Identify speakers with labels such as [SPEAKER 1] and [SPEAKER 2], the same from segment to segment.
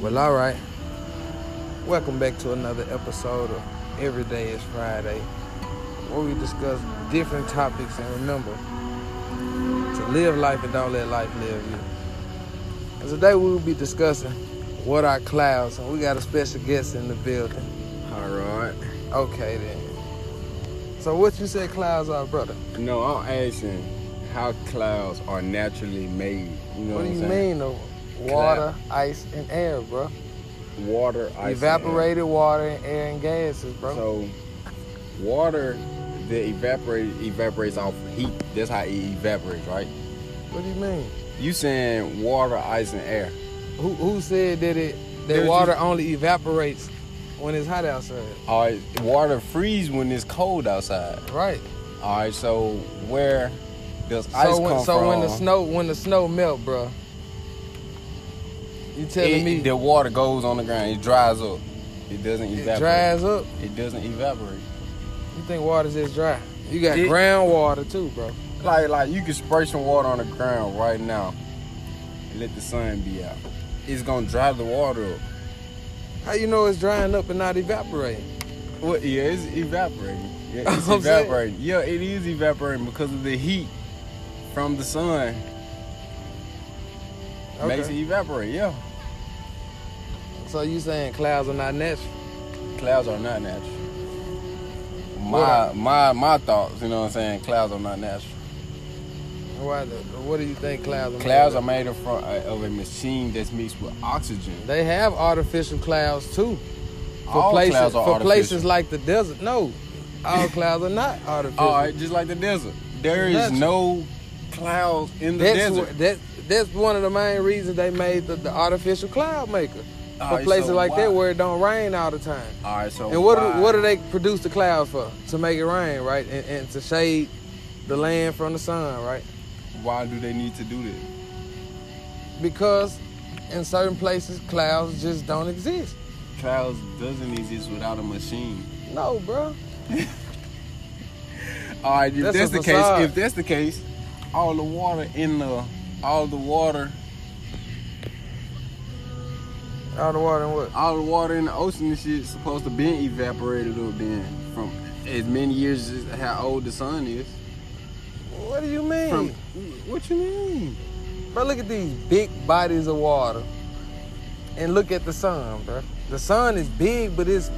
[SPEAKER 1] Well, all right. Welcome back to another episode of Every Day is Friday, where we discuss different topics and remember to live life and don't let life live you. And today we will be discussing what are clouds, and we got a special guest in the building.
[SPEAKER 2] All right.
[SPEAKER 1] Okay, then. So, what you say clouds are, brother?
[SPEAKER 2] No, I'm asking how clouds are naturally made. You
[SPEAKER 1] What
[SPEAKER 2] know
[SPEAKER 1] do
[SPEAKER 2] what, I'm
[SPEAKER 1] you
[SPEAKER 2] saying?
[SPEAKER 1] mean, though? Water, ice, and air, bro.
[SPEAKER 2] Water, ice, and air.
[SPEAKER 1] Evaporated water and air and gases, bro.
[SPEAKER 2] So, water that evaporates evaporates off heat. That's how it evaporates, right?
[SPEAKER 1] what do you mean?
[SPEAKER 2] You saying water, ice, and air?
[SPEAKER 1] Who who said that it that
[SPEAKER 2] There's
[SPEAKER 1] water
[SPEAKER 2] just-
[SPEAKER 1] only evaporates when it's hot outside?
[SPEAKER 2] All right, water freeze when it's cold outside.
[SPEAKER 1] Right.
[SPEAKER 2] All right, so where does ice
[SPEAKER 1] So when
[SPEAKER 2] come
[SPEAKER 1] so
[SPEAKER 2] from?
[SPEAKER 1] when the snow when the snow melt, bro. You telling
[SPEAKER 2] it-
[SPEAKER 1] me
[SPEAKER 2] the water goes on the ground, it dries up. It doesn't evaporate.
[SPEAKER 1] it dries up?
[SPEAKER 2] It doesn't evaporate.
[SPEAKER 1] You think water's just dry? You got
[SPEAKER 2] It-
[SPEAKER 1] groundwater too, bro.
[SPEAKER 2] Like like you can spray some water on the ground right now and let the sun be out. It's gonna dry the water up.
[SPEAKER 1] How you know it's drying up and not evaporating?
[SPEAKER 2] Well, yeah, it's evaporating. Yeah, it's
[SPEAKER 1] I'm saying.
[SPEAKER 2] evaporating. Yeah, it is evaporating because of the heat from the sun makes it
[SPEAKER 1] Okay.
[SPEAKER 2] evaporate. Yeah,
[SPEAKER 1] So you saying clouds are not natural?
[SPEAKER 2] clouds are not natural.
[SPEAKER 1] What
[SPEAKER 2] My my my thoughts, you know what I'm saying? Clouds are not natural.
[SPEAKER 1] Why the, what do you think clouds are?
[SPEAKER 2] Clouds
[SPEAKER 1] made
[SPEAKER 2] are
[SPEAKER 1] of?
[SPEAKER 2] made of, from, uh, of a machine that's mixed with oxygen.
[SPEAKER 1] They have artificial clouds too. For
[SPEAKER 2] All
[SPEAKER 1] places
[SPEAKER 2] clouds are
[SPEAKER 1] for
[SPEAKER 2] artificial. Oh,
[SPEAKER 1] places like the desert. No. All clouds are not artificial.
[SPEAKER 2] All right, just like the desert. There is
[SPEAKER 1] Natural.
[SPEAKER 2] no clouds in the
[SPEAKER 1] That's
[SPEAKER 2] desert.
[SPEAKER 1] what, that, that's one of the main reasons they made the, the artificial cloud maker for
[SPEAKER 2] All right,
[SPEAKER 1] places
[SPEAKER 2] Ah, so Oh,
[SPEAKER 1] like that
[SPEAKER 2] why-
[SPEAKER 1] where it don't rain all the time.
[SPEAKER 2] All right, so
[SPEAKER 1] and what
[SPEAKER 2] why-
[SPEAKER 1] do, what do they produce the cloud for? To make it rain, right? And, and to shade the land from the sun, right?
[SPEAKER 2] why do they need to do that?
[SPEAKER 1] Because in certain places clouds just don't exist.
[SPEAKER 2] Clouds doesn't exist without a machine.
[SPEAKER 1] No, bro.
[SPEAKER 2] All right, if
[SPEAKER 1] That's
[SPEAKER 2] that's,
[SPEAKER 1] a
[SPEAKER 2] the
[SPEAKER 1] facade.
[SPEAKER 2] case, if that's the case, all the water in the all the water,
[SPEAKER 1] All the water and what?
[SPEAKER 2] all the water in the ocean and shit supposed to been evaporated up then from as many years as how old the sun is.
[SPEAKER 1] What do you mean?
[SPEAKER 2] From what you mean?
[SPEAKER 1] Bro, look at these big bodies of water. And look at the sun, bro. The sun is big, but it's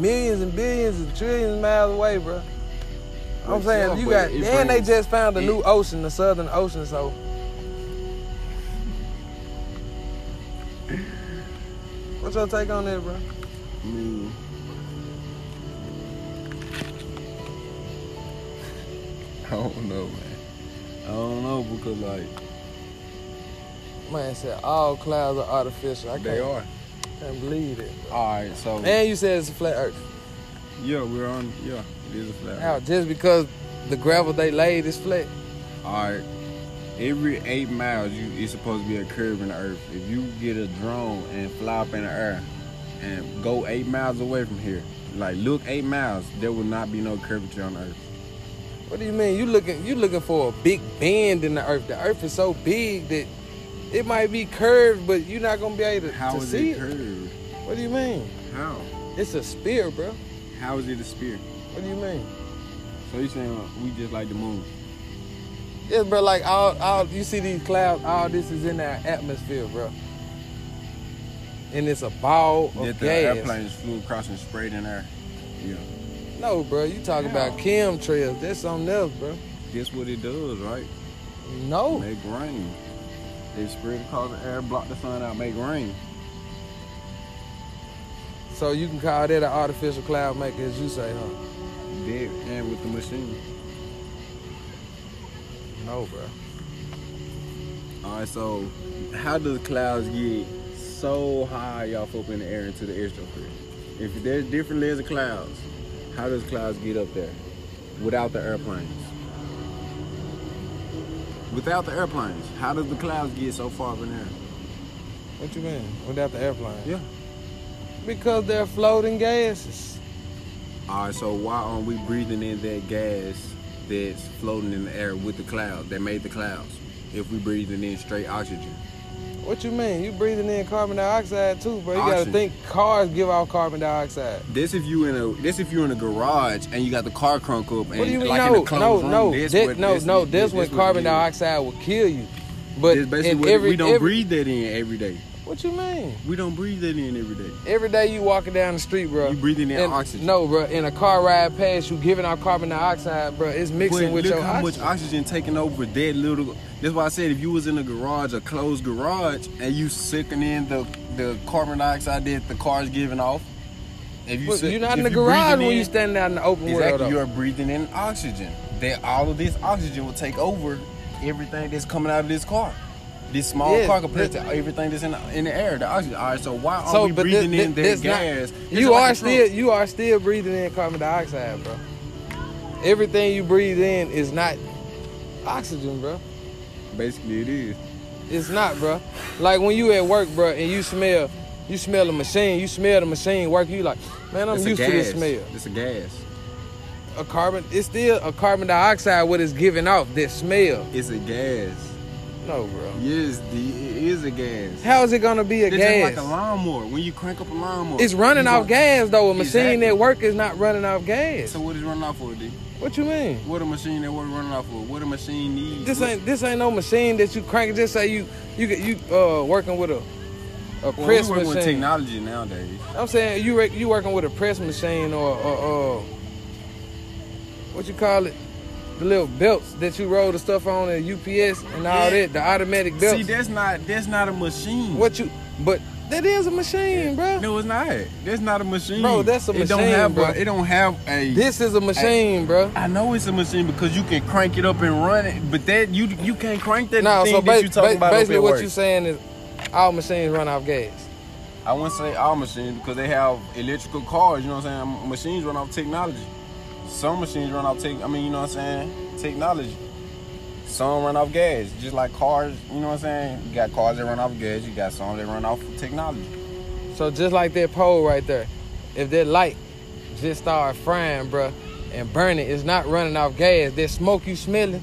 [SPEAKER 1] millions and billions and trillions of miles away, bro. I'm
[SPEAKER 2] Well,
[SPEAKER 1] saying
[SPEAKER 2] yeah,
[SPEAKER 1] you
[SPEAKER 2] but
[SPEAKER 1] got
[SPEAKER 2] it
[SPEAKER 1] and they
[SPEAKER 2] brings-
[SPEAKER 1] just found a
[SPEAKER 2] it-
[SPEAKER 1] new ocean, the southern ocean, so What's your take on that, bro?
[SPEAKER 2] I mean, I don't know, man. I don't know because like
[SPEAKER 1] Man said all clouds are artificial. I
[SPEAKER 2] they
[SPEAKER 1] can't,
[SPEAKER 2] are.
[SPEAKER 1] can't believe it.
[SPEAKER 2] All right, so
[SPEAKER 1] And you said it's a flat earth.
[SPEAKER 2] yeah, we're on. Yeah, it is a flat.
[SPEAKER 1] Now, just because the gravel they laid is flat.
[SPEAKER 2] All right. Every eight miles, you it's supposed to be a curve in the earth. If you get a drone and fly up in the air and go eight miles away from here, like look eight miles, there will not be no curvature on the earth.
[SPEAKER 1] What do you mean? You looking you looking for a big bend in the earth. The earth is so big that it might be curved, but you're not gonna be able to,
[SPEAKER 2] How
[SPEAKER 1] to
[SPEAKER 2] is
[SPEAKER 1] see
[SPEAKER 2] it
[SPEAKER 1] it.
[SPEAKER 2] curved?
[SPEAKER 1] What do you mean?
[SPEAKER 2] How?
[SPEAKER 1] It's a spear, bro.
[SPEAKER 2] How is it a spear?
[SPEAKER 1] What do you mean?
[SPEAKER 2] So you saying we just like the moon?
[SPEAKER 1] Yeah, bro, like all all you see these clouds, all this is in our atmosphere, bro. And it's a ball of
[SPEAKER 2] That the
[SPEAKER 1] gas.
[SPEAKER 2] airplanes flew across and sprayed in air. Yeah.
[SPEAKER 1] No, bro, you talking about about chemtrails. That's something else, bro.
[SPEAKER 2] That's what it does, right?
[SPEAKER 1] No.
[SPEAKER 2] Make rain. They spread across the air, block the sun out, make rain.
[SPEAKER 1] So you can call that an artificial cloud maker, as you say, huh?
[SPEAKER 2] Dead and with the machine.
[SPEAKER 1] No, bro.
[SPEAKER 2] All right, so how does clouds get so high off up in the air into the airstream? If there's different layers of clouds, how does clouds get up there without the airplanes? Without the airplanes, how does the clouds get so far up in the air?
[SPEAKER 1] What you mean? Without the airplane?
[SPEAKER 2] Yeah.
[SPEAKER 1] Because they're floating gases.
[SPEAKER 2] All right, so why aren't we breathing in that gas that's floating in the air with the cloud that made the clouds? If we're breathing in straight oxygen,
[SPEAKER 1] What you mean? You breathing in carbon dioxide too, bro. You gotta
[SPEAKER 2] Oxygen.
[SPEAKER 1] think cars give off carbon dioxide.
[SPEAKER 2] This if you in a this if you in a garage and you got the car crunk up and
[SPEAKER 1] What do you mean?
[SPEAKER 2] like in
[SPEAKER 1] no,
[SPEAKER 2] a closed
[SPEAKER 1] no,
[SPEAKER 2] room,
[SPEAKER 1] no,
[SPEAKER 2] this
[SPEAKER 1] That-
[SPEAKER 2] what-
[SPEAKER 1] no, no.
[SPEAKER 2] what-
[SPEAKER 1] That's when
[SPEAKER 2] what
[SPEAKER 1] carbon
[SPEAKER 2] it is.
[SPEAKER 1] dioxide will kill you. But
[SPEAKER 2] This basically
[SPEAKER 1] in
[SPEAKER 2] what
[SPEAKER 1] every,
[SPEAKER 2] we don't
[SPEAKER 1] every-
[SPEAKER 2] breathe that in every day.
[SPEAKER 1] What you mean?
[SPEAKER 2] We don't breathe that in every day.
[SPEAKER 1] Every day you walking down the street, bro.
[SPEAKER 2] You breathing in
[SPEAKER 1] and-
[SPEAKER 2] oxygen.
[SPEAKER 1] No, bro. In a car ride past, you giving out carbon dioxide, bro. It's mixing
[SPEAKER 2] But
[SPEAKER 1] with
[SPEAKER 2] look
[SPEAKER 1] your
[SPEAKER 2] how
[SPEAKER 1] oxygen.
[SPEAKER 2] much oxygen taking over that little. That's why I said if you was in a garage, a closed garage, and you sucking in the the carbon dioxide that the car's giving off. If you
[SPEAKER 1] But
[SPEAKER 2] suck-
[SPEAKER 1] you're not in the
[SPEAKER 2] if you breathing
[SPEAKER 1] garage when
[SPEAKER 2] in-
[SPEAKER 1] you standing out in the open world.
[SPEAKER 2] Exactly,
[SPEAKER 1] though.
[SPEAKER 2] you are breathing in oxygen. That all of this oxygen will take over everything that's coming out of this car. This small
[SPEAKER 1] Yes,
[SPEAKER 2] car compared
[SPEAKER 1] but-
[SPEAKER 2] to everything that's in the, in the air, the oxygen. All right, so why aren't
[SPEAKER 1] So,
[SPEAKER 2] we
[SPEAKER 1] but thi-
[SPEAKER 2] breathing in
[SPEAKER 1] thi-
[SPEAKER 2] that
[SPEAKER 1] this not-
[SPEAKER 2] gas? It's
[SPEAKER 1] you
[SPEAKER 2] like
[SPEAKER 1] are
[SPEAKER 2] a truck.
[SPEAKER 1] still you are still breathing in carbon dioxide, bro. Everything you breathe in is not oxygen, bro.
[SPEAKER 2] Basically, it is.
[SPEAKER 1] It's not, bro. Like when you at work, bro, and you smell you smell a machine, you smell the machine work. You like, man, I'm
[SPEAKER 2] It's a
[SPEAKER 1] used to this
[SPEAKER 2] gas.
[SPEAKER 1] smell.
[SPEAKER 2] It's a gas.
[SPEAKER 1] A carbon, it's still a carbon dioxide. What it's giving off that smell?
[SPEAKER 2] It's a gas.
[SPEAKER 1] No, bro.
[SPEAKER 2] Yes, the, it is a gas.
[SPEAKER 1] How is it gonna be a
[SPEAKER 2] it's
[SPEAKER 1] gas?
[SPEAKER 2] just like a lawnmower. When you crank up a lawnmower,
[SPEAKER 1] it's running
[SPEAKER 2] you
[SPEAKER 1] off
[SPEAKER 2] gon-
[SPEAKER 1] gas though. A machine
[SPEAKER 2] Exactly.
[SPEAKER 1] at work is not running off gas.
[SPEAKER 2] So what is running off for, D?
[SPEAKER 1] What you mean?
[SPEAKER 2] What a machine that we're running off for? What a machine needs?
[SPEAKER 1] This
[SPEAKER 2] What-
[SPEAKER 1] ain't this ain't no machine that you crank. Just say you you get- you uh working with a a
[SPEAKER 2] Well,
[SPEAKER 1] press
[SPEAKER 2] we work with
[SPEAKER 1] machine.
[SPEAKER 2] technology nowadays.
[SPEAKER 1] I'm saying you rec- you working with a press machine or or uh what you call it the little belts that you roll the stuff on at UPS and all
[SPEAKER 2] Yeah.
[SPEAKER 1] that the automatic belts.
[SPEAKER 2] See, that's not that's not a machine.
[SPEAKER 1] what you but that is a machine, bro.
[SPEAKER 2] No, it's not. That's not a machine.
[SPEAKER 1] Bro, that's a
[SPEAKER 2] It don't
[SPEAKER 1] machine,
[SPEAKER 2] have
[SPEAKER 1] bro.
[SPEAKER 2] A, it don't have a.
[SPEAKER 1] This is a machine, bro.
[SPEAKER 2] I know it's a machine because you can crank it up and run it, but that you you can't crank that
[SPEAKER 1] No,
[SPEAKER 2] thing
[SPEAKER 1] so
[SPEAKER 2] that
[SPEAKER 1] ba-
[SPEAKER 2] you talking
[SPEAKER 1] ba-
[SPEAKER 2] about up
[SPEAKER 1] basically
[SPEAKER 2] at
[SPEAKER 1] what
[SPEAKER 2] work.
[SPEAKER 1] you saying is all machines run off gas.
[SPEAKER 2] I wouldn't say all machines because they have electrical cars. You know what I'm saying? Machines run off technology. Some machines run off tech. I mean, you know what I'm saying? Technology. Some run off gas, just like cars. You know what I'm saying? You got cars that run off gas. You got some that run off technology.
[SPEAKER 1] So just like that pole right there, if that light just start frying, bruh, and burning, it's not running off gas. That smoke you smelling,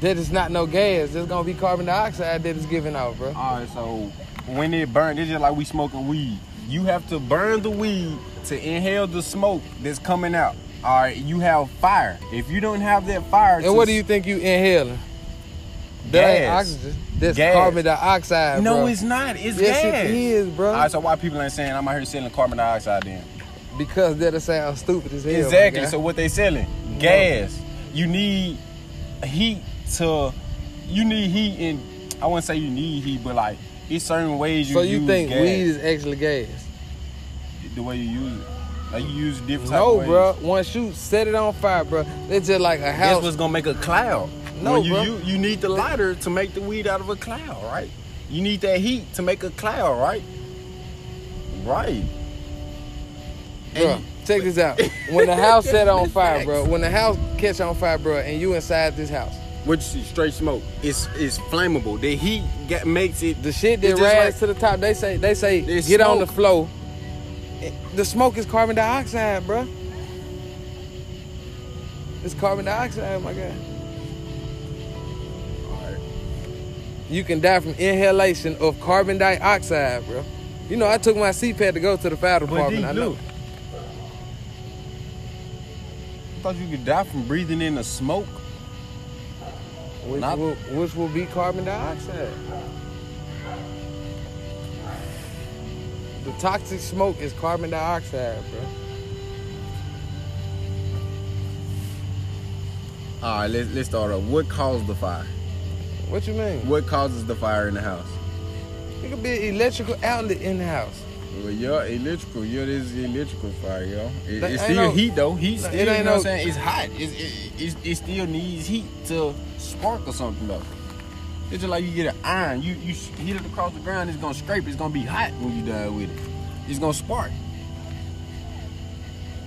[SPEAKER 1] that is not no gas. There's gonna be carbon dioxide that is giving out, bruh.
[SPEAKER 2] All right, so when it burns, it's just like we smoking weed. You have to burn the weed to inhale the smoke that's coming out. All right, you have fire. If you don't have that fire, to
[SPEAKER 1] And what do you think you inhaling? That ain't
[SPEAKER 2] Gas.
[SPEAKER 1] oxygen. That's
[SPEAKER 2] Gas.
[SPEAKER 1] carbon dioxide.
[SPEAKER 2] No,
[SPEAKER 1] bruh.
[SPEAKER 2] it's not. It's
[SPEAKER 1] yes,
[SPEAKER 2] gas.
[SPEAKER 1] it is, bruh.
[SPEAKER 2] All right, so why people ain't saying I'm out here selling carbon dioxide then?
[SPEAKER 1] Because that'll sound stupid as hell. my
[SPEAKER 2] exactly.
[SPEAKER 1] guy.
[SPEAKER 2] So what they selling? Gas. You need heat to. You need heat and I wouldn't say you need heat, but like it's certain ways you.
[SPEAKER 1] So you
[SPEAKER 2] use
[SPEAKER 1] think
[SPEAKER 2] gas,
[SPEAKER 1] weed is actually gas?
[SPEAKER 2] the way you use it? Like you use different type of
[SPEAKER 1] No,
[SPEAKER 2] ways.
[SPEAKER 1] bruh. Once you set it on fire, bruh, it's just like a
[SPEAKER 2] That's
[SPEAKER 1] house.
[SPEAKER 2] what's gonna make a cloud.
[SPEAKER 1] No,
[SPEAKER 2] when you,
[SPEAKER 1] bro.
[SPEAKER 2] you you need the lighter to make the weed out of a cloud, right? You need that heat to make a cloud, right? Right.
[SPEAKER 1] Bruh,
[SPEAKER 2] And-
[SPEAKER 1] check this out. When the house set on fire,
[SPEAKER 2] Facts.
[SPEAKER 1] bro. When the house catch on fire, bro, and you inside this house,
[SPEAKER 2] What you see, straight smoke. It's it's flammable. The heat get, makes it.
[SPEAKER 1] the shit that
[SPEAKER 2] It's just
[SPEAKER 1] rise
[SPEAKER 2] like-
[SPEAKER 1] to the top, they say they say
[SPEAKER 2] There's
[SPEAKER 1] get on the
[SPEAKER 2] smoke.
[SPEAKER 1] flow. The smoke is carbon dioxide, bro. It's carbon dioxide, my guy. You can die from inhalation of carbon dioxide, bro. You know, I took my CPAP to go to the fire
[SPEAKER 2] But
[SPEAKER 1] department.
[SPEAKER 2] D,
[SPEAKER 1] I know.
[SPEAKER 2] look. I thought you could die from breathing in the smoke.
[SPEAKER 1] Which,
[SPEAKER 2] Not-
[SPEAKER 1] will, which will be carbon dioxide. The toxic smoke is carbon dioxide, bro.
[SPEAKER 2] All right, let's let's start up. What caused the fire?
[SPEAKER 1] What you mean?
[SPEAKER 2] What causes the fire in the house?
[SPEAKER 1] It could be an electrical outlet in the house.
[SPEAKER 2] Well, yeah, electrical. Yeah, this is electrical fire, yo. It,
[SPEAKER 1] That
[SPEAKER 2] it's
[SPEAKER 1] ain't
[SPEAKER 2] still
[SPEAKER 1] no-
[SPEAKER 2] heat though. Heat
[SPEAKER 1] Like,
[SPEAKER 2] still.
[SPEAKER 1] it
[SPEAKER 2] you know
[SPEAKER 1] ain't
[SPEAKER 2] what I'm
[SPEAKER 1] no-
[SPEAKER 2] saying? It's hot. It's, it, it, it still needs heat to spark or something though. It's just like you get an iron. You you sh- hit it across the ground. It's gonna scrape. It's gonna be hot when you die with it. It's gonna spark.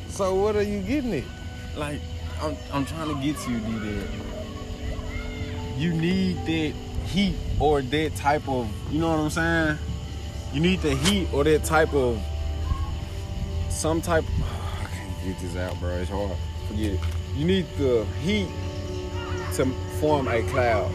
[SPEAKER 1] So what are you getting it?
[SPEAKER 2] Like I'm I'm trying to get to you, D. Dad. You need that heat or that type of. You know what I'm saying? You need the heat or that type of. Some type. I can't get this out, bro. It's hard. Forget it. You need the heat to form a cloud.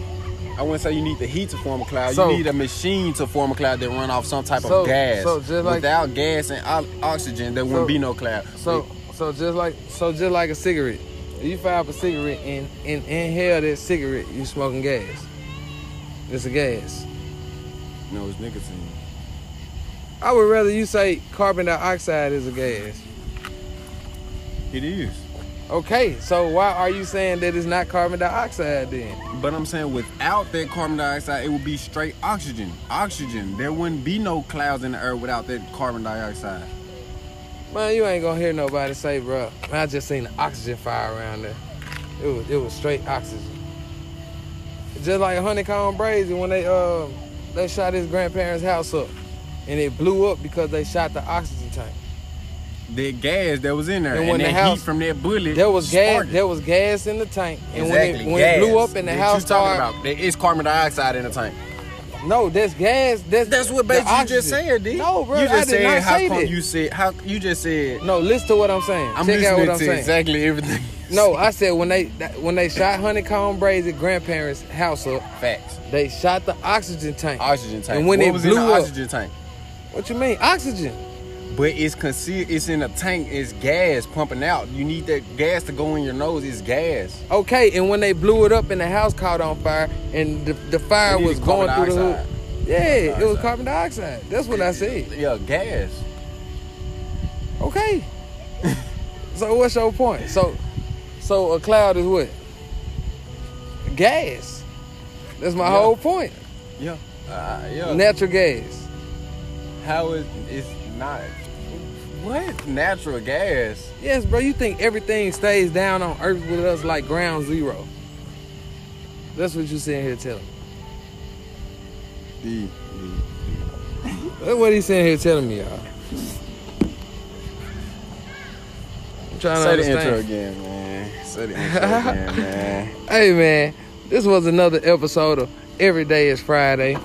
[SPEAKER 2] I wouldn't say you need the heat to form a cloud.
[SPEAKER 1] So-
[SPEAKER 2] you need a machine to form a cloud that run off some type
[SPEAKER 1] So-
[SPEAKER 2] of gas.
[SPEAKER 1] so just like-
[SPEAKER 2] Without gas and o- oxygen, there
[SPEAKER 1] So-
[SPEAKER 2] wouldn't be no cloud.
[SPEAKER 1] So so just like so just like a cigarette. If you fire up a cigarette and, and inhale that cigarette, you smoking gas. It's a gas.
[SPEAKER 2] no, it's nicotine.
[SPEAKER 1] I would rather you say carbon dioxide is a gas.
[SPEAKER 2] It is.
[SPEAKER 1] Okay, so why are you saying that it's not carbon dioxide then?
[SPEAKER 2] But I'm saying without that carbon dioxide, it would be straight oxygen. Oxygen. There wouldn't be no clouds in the air without that carbon dioxide.
[SPEAKER 1] Man, you ain't gonna hear nobody say, bro. I just seen the oxygen fire around there. It was it was straight oxygen. Just like honeycomb braids when they uh they shot his grandparents' house up, and it blew up because they shot the oxygen tank.
[SPEAKER 2] That gas that was in there,
[SPEAKER 1] And
[SPEAKER 2] and,
[SPEAKER 1] when the
[SPEAKER 2] that
[SPEAKER 1] house-
[SPEAKER 2] heat from that bullet,
[SPEAKER 1] There was
[SPEAKER 2] started.
[SPEAKER 1] gas. There was gas in the tank, and when
[SPEAKER 2] exactly.
[SPEAKER 1] it when it blew
[SPEAKER 2] gas
[SPEAKER 1] up and the
[SPEAKER 2] that
[SPEAKER 1] house
[SPEAKER 2] you talking
[SPEAKER 1] started.
[SPEAKER 2] about. There is carbon dioxide in the tank.
[SPEAKER 1] No, that's gas. That's
[SPEAKER 2] That's what
[SPEAKER 1] the
[SPEAKER 2] basically you
[SPEAKER 1] oxygen.
[SPEAKER 2] just said, D.
[SPEAKER 1] No, bro,
[SPEAKER 2] You just
[SPEAKER 1] I did
[SPEAKER 2] said
[SPEAKER 1] not
[SPEAKER 2] how
[SPEAKER 1] say
[SPEAKER 2] come
[SPEAKER 1] that.
[SPEAKER 2] you said how you just said
[SPEAKER 1] No, listen to what I'm saying.
[SPEAKER 2] I'm
[SPEAKER 1] Check out
[SPEAKER 2] listening
[SPEAKER 1] what I'm
[SPEAKER 2] to
[SPEAKER 1] saying.
[SPEAKER 2] exactly everything. you
[SPEAKER 1] No, I said when they that- when they shot honeycomb braids at grandparents' house up,
[SPEAKER 2] said. facts.
[SPEAKER 1] they shot the oxygen tank.
[SPEAKER 2] Oxygen tank.
[SPEAKER 1] And when
[SPEAKER 2] what
[SPEAKER 1] it
[SPEAKER 2] was
[SPEAKER 1] blew
[SPEAKER 2] in the
[SPEAKER 1] up-
[SPEAKER 2] oxygen tank?
[SPEAKER 1] What you mean? Oxygen.
[SPEAKER 2] But it's concealed. It's in a tank. It's gas pumping out. You need that gas to go in your nose. It's gas.
[SPEAKER 1] Okay, and when they blew it up and the house caught on fire and the, the fire
[SPEAKER 2] They
[SPEAKER 1] was
[SPEAKER 2] needed carbon
[SPEAKER 1] going through the
[SPEAKER 2] dioxide.
[SPEAKER 1] hood. Yeah, it was carbon dioxide. That's what I said.
[SPEAKER 2] Yeah, gas.
[SPEAKER 1] Okay. so what's your point? So so a cloud is what? Gas. That's my
[SPEAKER 2] Yeah.
[SPEAKER 1] whole point.
[SPEAKER 2] Yeah. Uh, yeah.
[SPEAKER 1] Natural gas.
[SPEAKER 2] How is it's not? What natural gas?
[SPEAKER 1] Yes, bro, you think everything stays down on earth with us like ground zero. That's what you sitting here telling me.
[SPEAKER 2] D, D.
[SPEAKER 1] That's what he's sitting here telling me, y'all. I'm trying to
[SPEAKER 2] Say the
[SPEAKER 1] understand.
[SPEAKER 2] intro again, man. Say the intro again, man.
[SPEAKER 1] Hey, man, this was another episode of Every Day is Friday.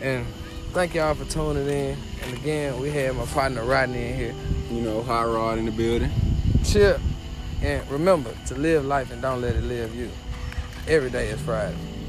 [SPEAKER 1] And thank y'all for tuning in. And again, we had my partner Rodney in here.
[SPEAKER 2] You know, hot rod in the building.
[SPEAKER 1] Chip. And remember to live life and don't let it live you. Every day is Friday.